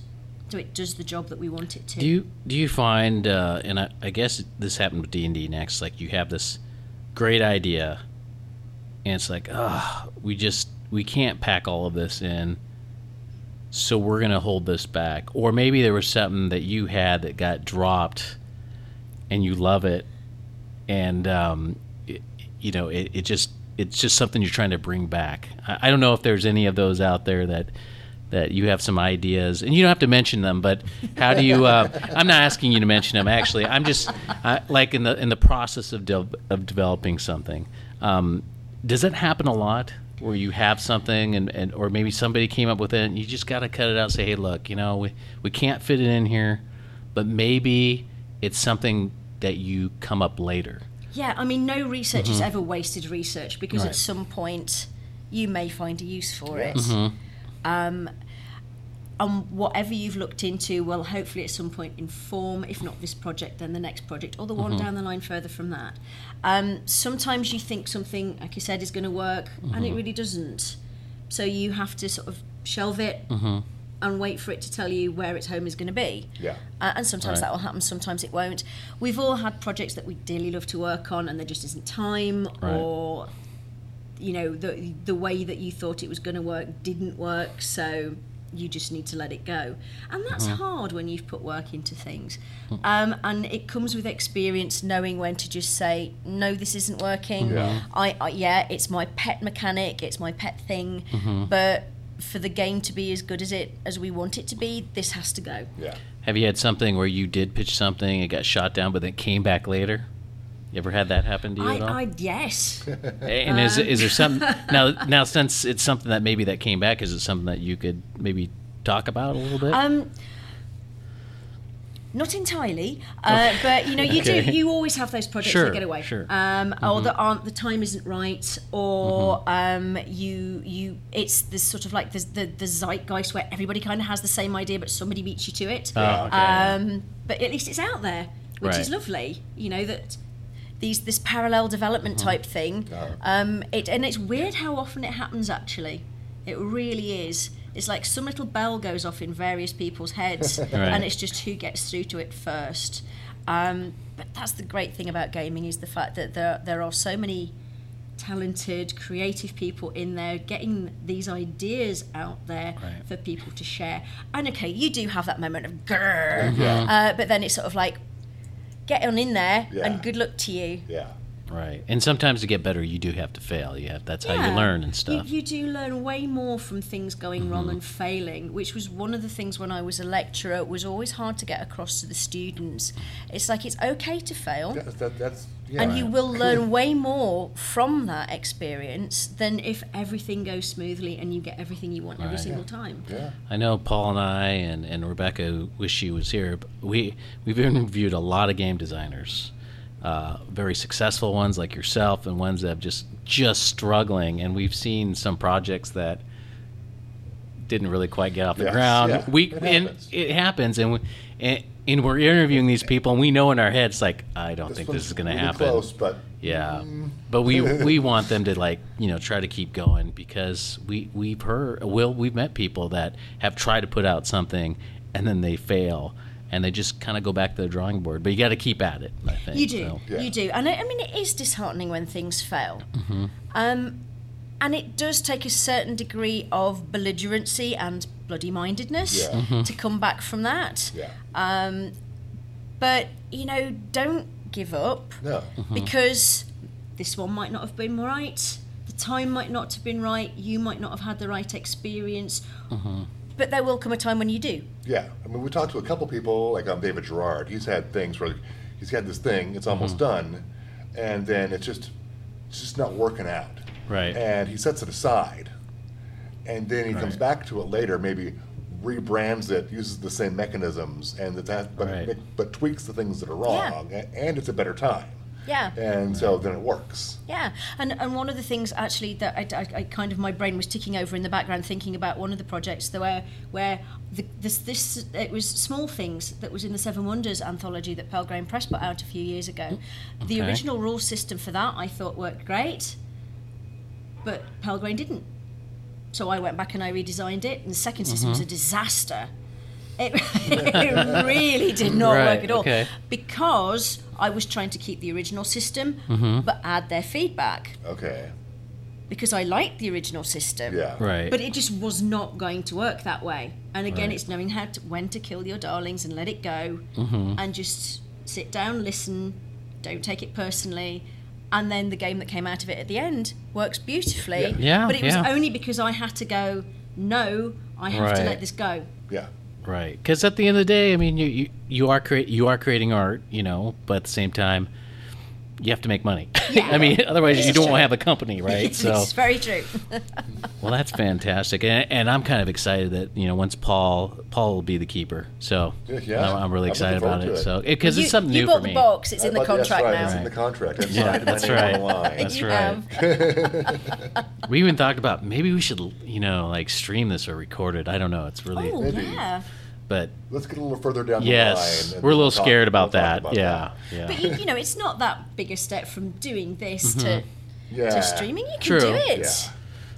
so it does the job that we want it to. Do you do you find uh, and I, I guess this happened with D and D next? Like you have this great idea, and it's like, ah, we just we can't pack all of this in, so we're gonna hold this back. Or maybe there was something that you had that got dropped, and you love it, and um, it, you know it, it just it's just something you're trying to bring back. I, I don't know if there's any of those out there that that you have some ideas, and you don't have to mention them. But how do you? Uh, I'm not asking you to mention them. Actually, I'm just I, like in the in the process of de- of developing something. Um, does that happen a lot? Where you have something, and, and or maybe somebody came up with it, and you just got to cut it out. and Say, hey, look, you know, we, we can't fit it in here, but maybe it's something that you come up later. Yeah, I mean, no research is ever wasted research because at some point you may find a use for it. Um, and whatever you've looked into will hopefully at some point inform, if not this project, then the next project or the one down the line further from that. Um, sometimes you think something, like you said, is going to work and it really doesn't. So you have to sort of shelve it and wait for it to tell you where its home is going to be. Yeah. Uh, and sometimes Right. that will happen, sometimes it won't. We've all had projects that we dearly love to work on and there just isn't time Right. or you know the the way that you thought it was going to work didn't work so you just need to let it go and that's Mm-hmm. hard when you've put work into things Mm. um, and it comes with experience knowing when to just say no this isn't working I, I yeah it's my pet mechanic it's my pet thing Mm-hmm. but for the game to be as good as it as we want it to be this has to go Yeah. Have you had something where you did pitch something, it got shot down, but then it came back later? You ever had that happen to you I, at all? I uh, yes and is, is there some now? Now, since it's something that maybe that came back, is it something that you could maybe talk about a little bit? Um, not entirely, uh, but you know, you do. Okay. You always have those projects Sure, that get away, sure. Mm-hmm. um, or that aren't the time isn't right, or um, you you. It's this sort of like this, the the zeitgeist where everybody kind of has the same idea, but somebody beats you to it. um, but at least it's out there, which is Ah, Right. lovely. You know that these this parallel development type thing. Um, it and it's weird how often it happens. Actually, it really is. It's like some little bell goes off in various people's heads, and it's just who gets through to it first. Um, but that's the great thing about gaming is the fact that there there are so many talented, creative people in there getting these ideas out there for people to share. And okay, you do have that moment of grrr, uh, but then it's sort of like, get on in there Yeah. and good luck to you. Yeah. right. And sometimes to get better, you do have to fail. You have that's how you Yeah. learn and You- stuff. You, do learn way more from things going wrong Mm-hmm. and failing, which was one of the things when I was a lecturer. It was always hard to get across to the students. It's like it's okay to fail. That's, that, that's yeah. and you will learn way more from that experience than if everything goes smoothly and you get everything you want every single time. Yeah. I know Paul and I and, and Rebecca wish she was here. But we we've interviewed a lot of game designers, uh, very successful ones like yourself, and ones that have just just struggling. And we've seen some projects that didn't really quite get off the Yes, ground. yeah, we it and happens. it happens, and we, and, and we're interviewing these people, and we know in our heads like I don't think one's this is going to really happen. Close, but Yeah, Mm. but we we want them to like you know try to keep going because we we've heard will we've met people that have tried to put out something and then they fail and they just kind of go back to the drawing board. But you got to keep at it. I think You do, so. Yeah. you do, and I, I mean it is disheartening when things fail, Mm-hmm. um, and it does take a certain degree of belligerency and bloody mindedness Yeah. Mm-hmm. to come back from that. yeah. Um, but you know, don't give up. No. because this one might not have been right the time might not have been right you might not have had the right experience but there will come a time when you do Yeah. I mean, we talked to a couple people, like um, David Gerard. He's had things where like, he's had this thing, it's almost Mm-hmm. done, and then it's just, it's just not working out. Right. And he sets it aside, and then he comes back to it later, maybe rebrands it, uses the same mechanisms, and that, that but, Right. but tweaks the things that are wrong, a- and it's a better time. yeah And so then it works. Yeah, and and one of the things actually that I, I- I kind of my brain was ticking over in the background thinking about one of the projects that where where the, this this it was small things that was in the Seven Wonders anthology that Pearl Graham Press put out a few years ago. The Okay. original rule system for that I thought worked great, but Pearl Graham didn't. So I went back and I redesigned it, and the second system Mm-hmm. was a disaster. It, it really did not Right, work at all okay. because I was trying to keep the original system Mm-hmm. but add their feedback Okay. because I liked the original system. Yeah. Right. But it just was not going to work that way. And again, it's knowing how to, when to kill your darlings and let it Mm-hmm. go and just sit down, listen, don't take it personally, and then the game that came out of it at the end works beautifully. Yeah. Yeah, but it was yeah. only because I had to go. No, I have to Right. let this go. Yeah. Right, because at the end of the day, I mean, you you, you are create you are creating art, you know, but at the same time, you have to make money. I mean, otherwise you don't have a company, right? It's, So, it's very true. well, that's fantastic, and, and I'm kind of excited that you know once Paul Paul will be the keeper, so Yeah, yeah. I'm, I'm really I'm excited looking about forward it. to it. So because you, it's something you new bought for the me. box. It's in the Uh, But that's contract right, now. It's in the contract. I've Yeah, signed my that's name right. on the line. That's you right. have. We even talked about maybe we should you know like stream this or record it. I don't know. It's really Oh Maybe. yeah. but Let's get a little further down the line. yes, and we're a Oh, we'll little talk- scared we'll about talk that. yeah, yeah. But you, you know, it's not that big a step from doing this Yeah. to, to streaming. You can Mm-hmm. True. do it. Yeah.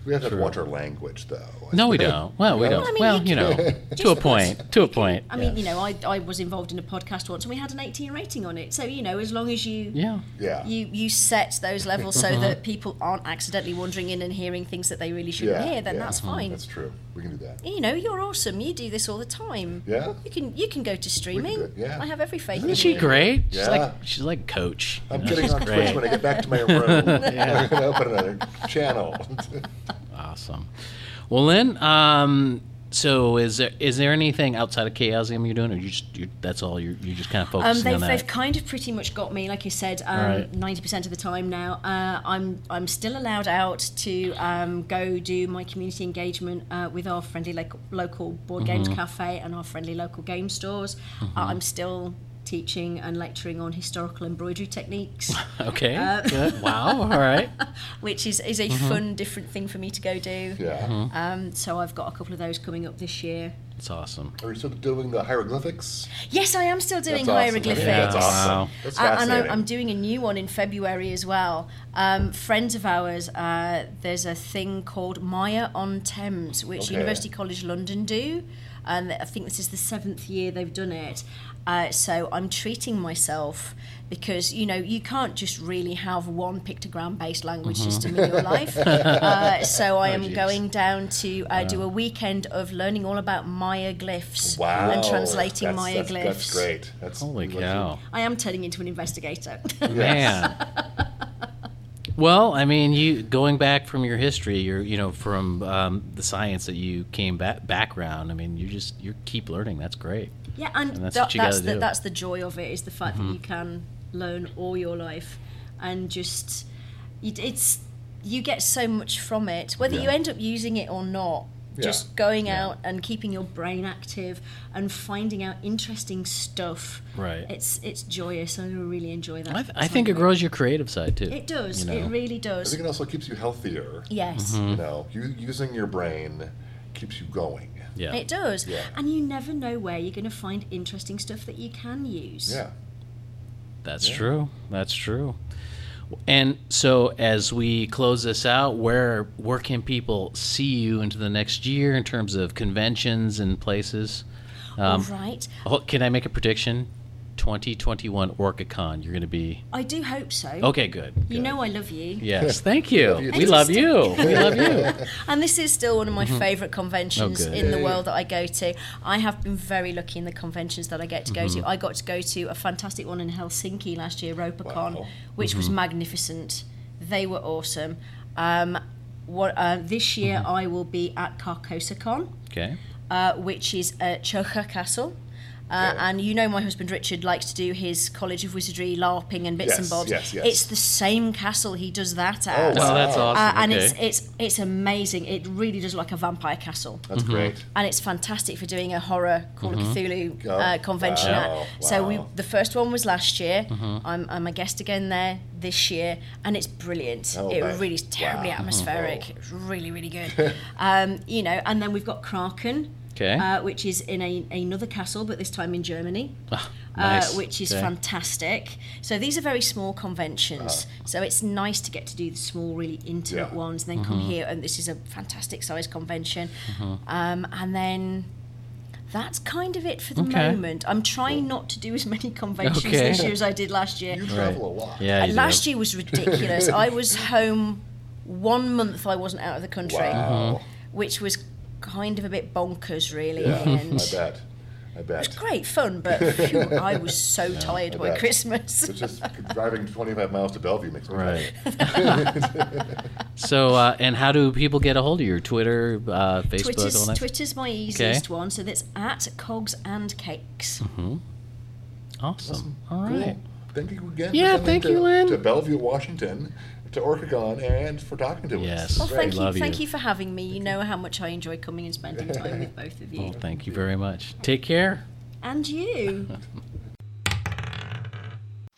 We have to watch our language, though. No, we don't. Well, we don't. Well, I mean, well, you you know, to a point. To a point. I mean, you know, I, I was involved in a podcast once and we had an 18 rating on it. So, you know, as long as you Yeah. Yeah. you, you set those levels so that people aren't accidentally wandering in and hearing things that they really shouldn't Yeah, hear, then yeah. Uh-huh. that's fine. That's true. We can do that. you know, you're awesome. You do this all the time. Yeah. You can you can go to streaming. it, yeah. I have every faith in Isn't she you. great? She's like Yeah. she's like coach. you I'm know, getting she's on great. Twitch when I get back to my room. I'm going to open another channel. Awesome. Well, Lynn, um, so is there is there anything outside of chaosium you're doing, or you just you, that's all you're you just kind of Um, focusing they've, on that? they've kind of pretty much got me, like you said, um, Right. ninety percent of the time now. Uh, I'm I'm still allowed out to um, go do my community engagement uh, with our friendly like, local board Mm-hmm. games cafe and our friendly local game stores. Uh, I'm still teaching and lecturing on historical embroidery techniques, okay. good. Wow. All right. which is is a Mm-hmm. fun different thing for me to go do. Yeah. Mm-hmm. Um, so I've got a couple of those coming up this year. That's awesome. Are you still doing the hieroglyphics? Yes, I am still doing That's awesome. hieroglyphics. Yeah, that's awesome. Wow. That's Uh, and fascinating. I, I'm doing a new one in February as well. Um, friends of ours, uh, there's a thing called Maya on Thames, which Okay. University College London do, and I think this is the seventh year they've done it. Uh, so I'm treating myself because you know you can't just really have one pictogram-based language Mm-hmm. system in your life. Uh, so Oh, I am going down to uh, do a weekend of learning all about Maya glyphs wow. and translating that's, Maya that's, glyphs. That's great. That's Holy what you- cow. I am turning into an investigator. Man. Well, I mean, you going back from your history, you're you know from um, the science that you came back background. I mean, you just you keep learning. That's great. yeah, and, And that's that- what you that's gotta the do. Mm-hmm. that's the joy of it is the fact that you can learn all your life, and just it, it's you get so much from it, whether you end up using it or not. Just going out and keeping your brain active and finding out interesting stuff. Right. It's it's joyous. and I really enjoy that. I, th- I think it time of grows your creative side too. it. It does. you know. Mm-hmm. It really I does. think it also keeps you healthier. Yes. You know, you, using your brain keeps you going. Yeah. It does. Yeah. And you never know where you're going to find interesting stuff that you can use. Yeah. That's true. That's true. And so, as we close this out, where where can people see you into the next year in terms of conventions and places? All right. Oh, can I make a prediction? 2021 OrcaCon, you're going to be I do hope so. okay. Good. You know I love you. Yes. Thank you. you we too. love you. We love you. And this is still one of my favourite conventions Mm-hmm. Oh, good. in the world that I go to. I have been very lucky in the conventions that I get to go Mm-hmm. to. I got to go to a fantastic one in Helsinki last year, Ropacon, Wow. which Mm-hmm. was magnificent. They were awesome. Um, what, uh, this year Mm-hmm. I will be at Carcosacon. Okay. uh, which is at Chocha Castle. Uh, And you know, my husband Richard likes to do his College of Wizardry LARPing and bits Yes, and bobs. yes, yes. It's the same castle he does that Oh, at. wow. Oh, that's awesome. Uh, and okay. it's it's it's amazing. It really does look like a vampire castle, That's Mm-hmm. great. and it's fantastic for doing a horror Call of Cthulhu Oh, uh, convention. wow, at. So we wow. Mm-hmm. the first one was last year. I'm, I'm a guest again there this year, and it's brilliant. Oh, it right. really is terribly Wow. Oh. atmospheric. It's really really good. um, you know, and then we've got Kraken, okay. uh, which is in a, another castle, but this time in Germany, Ah, nice. uh, which is Okay. fantastic. So these are very small conventions. So it's nice to get to do the small, really intimate Ah. Yeah. ones, and then come Mm-hmm. here, and this is a fantastic size convention. Um, and then that's kind of it for the Okay. moment. I'm trying not to do as many conventions Okay. this year as I did last year. You travel a lot. Yeah. you do. uh, Last year was ridiculous. I was home one month. I wasn't out of the country Wow. which was kind of a bit bonkers, really. Yeah, in the I end. bet. I bet. It's great fun, but phew, I was so tired by bet. Christmas. It's just driving 25 miles to Bellevue makes me Right. so, uh, and how do people get a hold of you? Twitter, uh, Facebook, all Twitter's, that? Twitter's my easiest one, so that's at Cogs and Cakes. Awesome. All Cool. right. Thank you again. for Yeah, coming thank to, you, Lynn. To Bellevue, Washington, to Orcagon, and for talking to us. This is Yes. Well, great. thank you, love you. thank you for having me. You know how much I enjoy coming and spending time with both of you, Well, thank you very much. Take care. and you.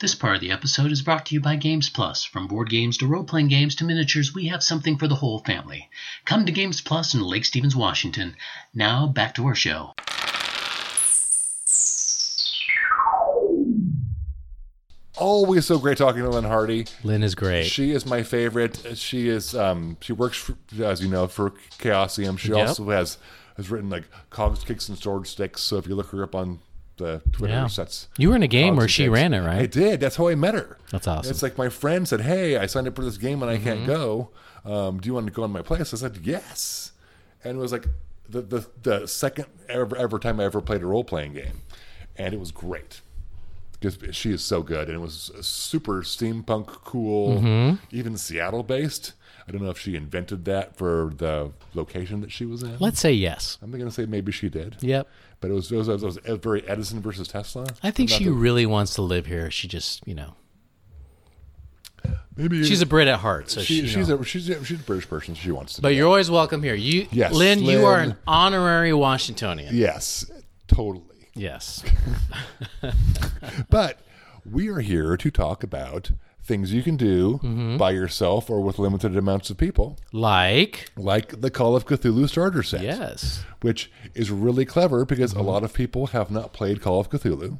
This part of the episode is brought to you by Games Plus. From board games to role playing games to miniatures, we have something for the whole family. Come to Games Plus in Lake Stevens, Washington. Now, back to our show. Always so great talking to Lynn Hardy. Lynn is great. She is my favorite. She is um, she works for, as you know for Chaosium. She Yep. also has has written like Cogs, Kicks, and Sword Sticks. So if you look her up on the Twitter, Yeah. that's you were in a game Cogs where and she Kicks. ran it, I right? did. That's how I met her. That's awesome. Mm-hmm. It's like my friend said, "Hey, I signed up for this game and I can't go. Um, do you want to go in my place?" I said, "Yes," and it was like the the, the second ever ever time I ever played a role playing game, and it was great because she is so good, and it was super steampunk cool, Mm-hmm. even Seattle based. I don't know if she invented that for the location that she was in. Let's say yes. I'm going to say maybe she did. Yep. But it was, it was, it was very Edison versus Tesla. I think she really wants to live here. She just, you know, Maybe she's a Brit at heart. So she, she, she's, a, she's a she's a British person. So she wants to. but do you're always welcome here. You, Yes, Lynn, you are an Lynn. honorary Washingtonian. Yes, totally. Yes. But we are here to talk about things you can do by yourself or with limited amounts of people, Like, like the Call of Cthulhu starter set, yes. which is really clever because a lot of people have not played Call of Cthulhu.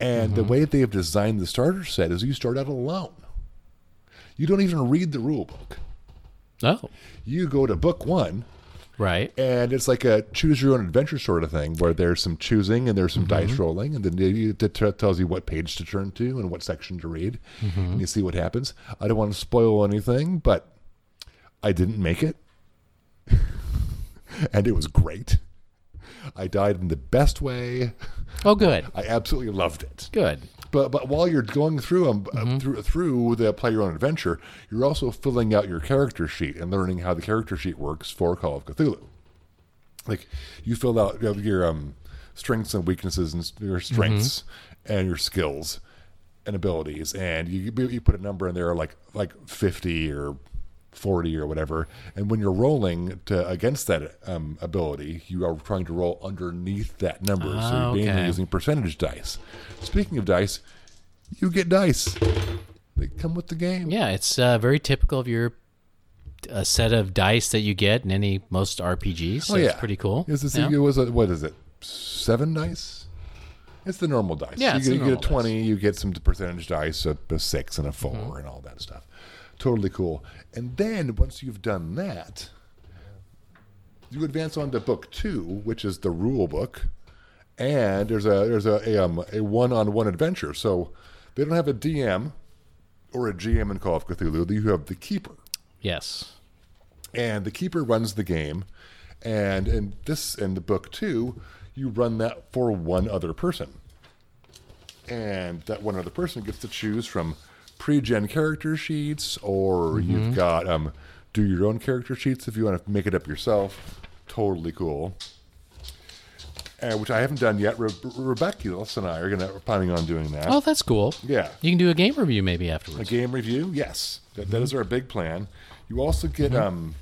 And the way they have designed the starter set is you start out alone. You don't even read the rule book. Oh, You go to book one, right. and it's like a choose your own adventure sort of thing where there's some choosing and there's some dice rolling and then it t- t- tells you what page to turn to and what section to read and you see what happens i don't want to spoil anything but i didn't make it and it was great i died in the best way Oh, good. i absolutely loved it Good. but but while you're going through 'em, uh, through through the play your own adventure, you're also filling out your character sheet and learning how the character sheet works for Call of Cthulhu. Like you fill out you know, your um, strengths and weaknesses and s- your Mm-hmm. strengths and your skills and abilities, and you you you put a number in there like like fifty or. 40 or whatever and when you're rolling to against that um, ability you are trying to roll underneath that number so Ah, you're mainly okay. using percentage dice. Speaking of dice, you get dice. They come with the game. Yeah, it's uh, very typical of your uh, set of dice that you get in any most RPGs. So Oh, it's pretty cool. Is this, Oh, It yeah. was a, what is it? Seven dice. It's the normal dice. Yeah, you, it's get, the you get a normal dice. Mm-hmm. twenty. You get some percentage dice, a, a six and a 4 and all that stuff. Totally cool. And then once you've done that, you advance on to book two, which is the rule book, and there's a there's a a, um, a one-on-one adventure. So they don't have a DM or a GM in Call of Cthulhu. You have the keeper Yes. and the keeper runs the game and in this in the book too you run that for one other person and that one other person gets to choose from pre-gen character sheets or you've got um do your own character sheets if you want to make it up yourself totally cool uh, which i haven't done yet Re- rebecca and i are gonna are planning on doing that Oh, that's cool. Yeah. You can do a game review maybe a afterwards. game review, yes. That, that is our big plan. You also get um,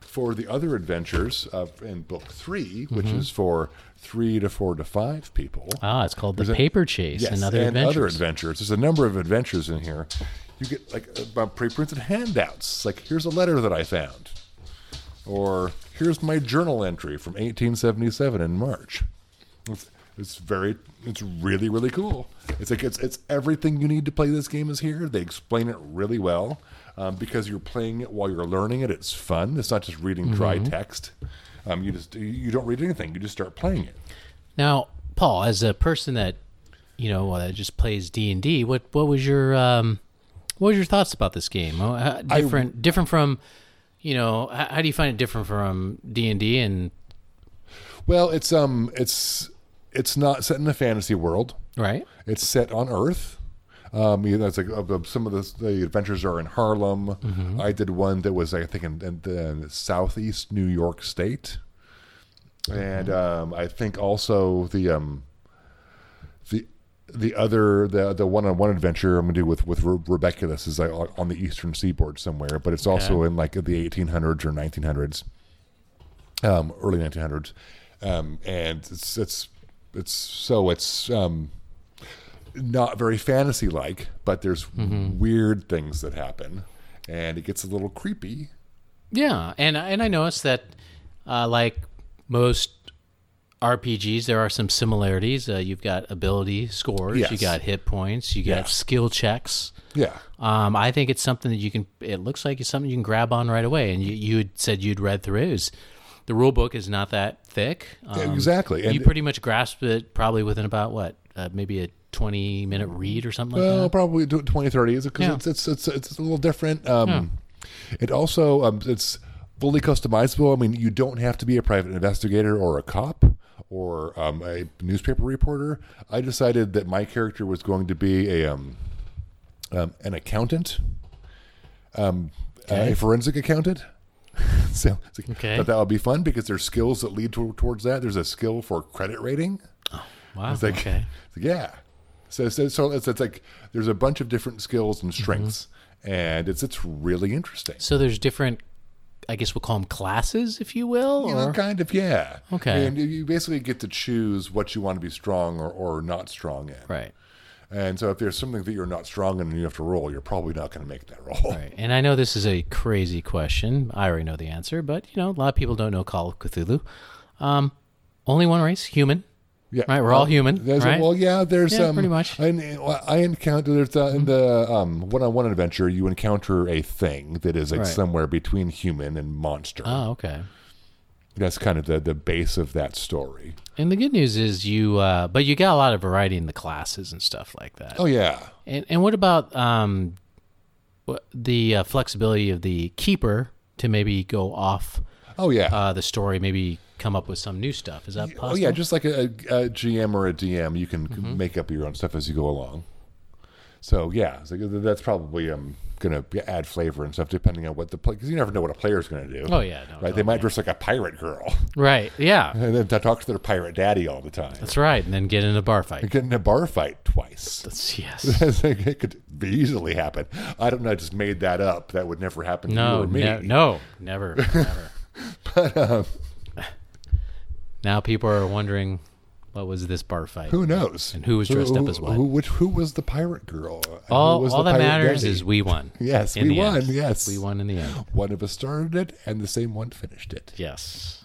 for the other adventures uh, in book three, which is for three to four to five people. Ah, it's called The There's a- Paper Chase and Other Adventures. other adventures. There's a number of adventures in here. You get like uh, pre-printed handouts. Like here's a letter that I found, or here's my journal entry from 1877 in March. It's, it's very, it's really really cool. It's like it's it's everything you need to play this game is here. They explain it really well um, because you're playing it while you're learning it. It's fun. It's not just reading dry Mm-hmm. text. Um, you just you don't read anything. You just start playing it. Now, Paul, as a person that you know uh, just plays D and D, what what was your um, what was your thoughts about this game? Oh, uh, different, different from you know, how, how do you find it different from D and D? And Well, it's um, it's it's not set in a fantasy world. Right. It's set on Earth. Um, you know, it's like uh, uh, some of the, the adventures are in Harlem. I did one that was, I think, in, in, the southeast New York State, and um, I think also the um, the the other the the one on one adventure I'm gonna do with with Re- Rebeculus is like on the eastern seaboard somewhere, but it's also in like the 1800s or 1900s, um, early 1900s, um, and it's it's it's so it's um, not very fantasy like, but there's weird things that happen, and it gets a little creepy. Yeah, and and I noticed that, uh, like most RPGs, there are some similarities. Uh, you've got ability scores, you Yes. got hit points, you got Yeah. skill checks. Yeah, Um, I think it's something that you can. It looks like it's something you can grab on right away. And you, you had said you'd read through. It was- the rule book is not that thick. Um, exactly. And You pretty much grasped it probably within about what, uh, maybe a twenty minute read or something Well, like that. probably do- 20, 30 is because Yeah. it's, it's it's it's a little different. Um, It also um, it's fully customizable. I mean, you don't have to be a private investigator or a cop or um, a newspaper reporter. I decided that my character was going to be a um, um, an accountant, um, a forensic accountant. so it's like, Okay. thought that would be fun because there's skills that lead to, towards that. There's a skill for credit rating. Wow. It's like, okay. it's like, yeah. So, so, so it's, it's like there's a bunch of different skills and strengths, Mm-hmm. and it's it's really interesting. So there's different. I guess we'll call them classes, if you will. You know, or- kind of, yeah. Okay. And you- you basically get to choose what you want to be strong or, or not strong in. Right. And so if there's something that you're not strong in and you have to roll, you're probably not going to make that roll. Right. And I know this is a crazy question. I already know the answer, but you know, a lot of people don't know Call of Cthulhu. Um, only one race, human. Yeah. Right, we're all Um, human, there's- right? Well, yeah. There's Yeah, um, pretty much. Mm-hmm. I, I encounter there's uh, in the um, one-on-one adventure. You encounter a thing that is like Right. somewhere between human and monster. Oh, okay. that's kind of the, the base of that story. And the good news is you, uh, but you got a lot of variety in the classes and stuff like that. Oh yeah, And and what about um, wh- the uh, flexibility of the keeper to maybe go off oh yeah, uh, the story, maybe come up with some new stuff? Is that possible? oh yeah. Just like a, a, a GM or a DM, you can Mm-hmm. make up your own stuff as you go along. So yeah, so th- that's probably um gonna be- add flavor and stuff depending on what the play because you never know what a player's gonna do. Oh, yeah, no, right. They might dress like a pirate girl right. Yeah, and then t- talk to their pirate daddy all the time. that's right. And then get in a bar And fight. Get in a bar fight twice. That's, yes. It's like, it could easily happen. I don't know. I just made that up. That would never happen No, to you or me. um, ne- no, never, never. now people are wondering what was this bar fight? Who knows? And who was dressed up as what? Who, which, who was the pirate girl? And who all was all the that pirate matters daddy? is we won. Yes, in we the won, end. yes. we won in the end. one of us started it, and the same one finished it. Yes.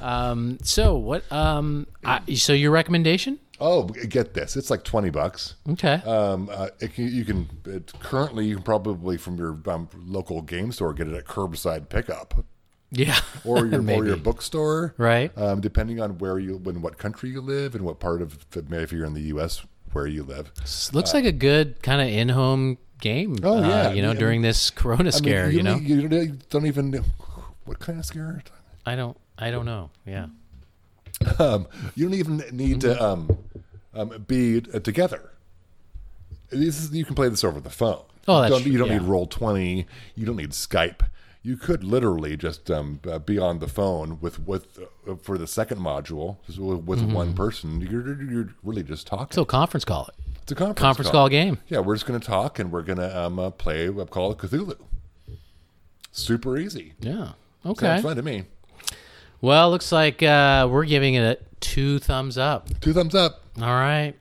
um, so what? Um, I, so your recommendation? Oh, get this! It's like twenty bucks. Okay. Um, uh, it can, you can it, currently you can probably from your um, local game store get it at curbside pickup yeah. or your or Maybe. your bookstore, Right. Um, depending on where you, in what country you live, and what part of the, if you're in the U.S. where you live. This looks like a good kind of in-home game. Oh, uh, yeah, You know, I mean- during this Corona I mean, scare, you know, don't- you don't- you don't even know what kind of scare. I don't, I don't know. Yeah. You don't even need to Mm-hmm. um, um, be uh, together. This is, you can play this over the phone. Oh, that's you don't, you true, don't yeah. need Roll Twenty. You don't need Skype. You could literally just um, uh, be on the phone with with uh, for the second module just with, with one person. You're, you're- you're really just talking. Mm-hmm. So conference call it. it's a conference, Conference call game. Yeah, we're just going to talk and we're going to um, uh, play uh, Call of Cthulhu. Super easy. Yeah. Sounds Okay. fun to me. Well, looks like uh, we're giving it a two thumbs up. Two thumbs up. All right.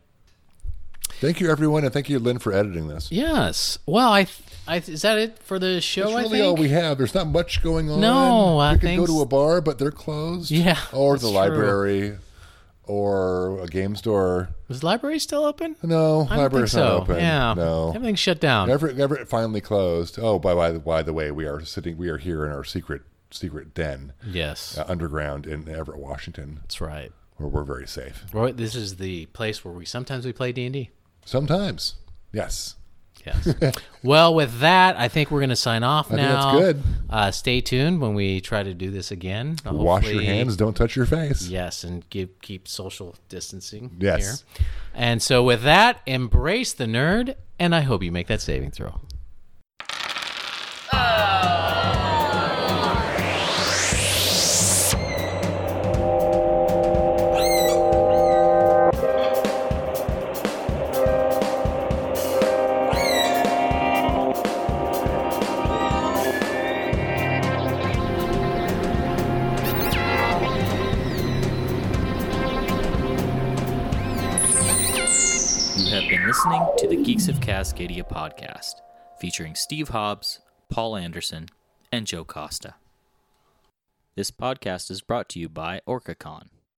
Thank you, everyone, and thank you, Lynn, for editing this. Yes. Well, I, th- I th- is that it for the show? That's I really think. all we have. There's not much going on. No, I we could think go s- to a bar, but they're closed. Yeah, or that's the true. library, or a game store. Is the library still open? No, I don't library's think so. not open. Yeah. no. Everything's shut down. Everett, Everett finally closed. Oh, by, by by the way, we are sitting. We are here in our secret secret den yes. uh, underground in Everett, Washington, That's right. where we're very safe. Roy, this is the place where we sometimes we play D and D. Sometimes, yes. podcast. well, with that, I think we're going to sign off think that's now. good. Uh, stay tuned when we try to do this again. Wash your Hopefully- hands. Don't touch your face. Yes, and keep keep social distancing. Yes. Here. And so with that, embrace the nerd, and I hope you make that saving throw. You have been listening to the Geeks of Cascadia podcast, featuring Steve Hobbs, Paul Anderson, and Joe Costa. This podcast is brought to you by OrcaCon.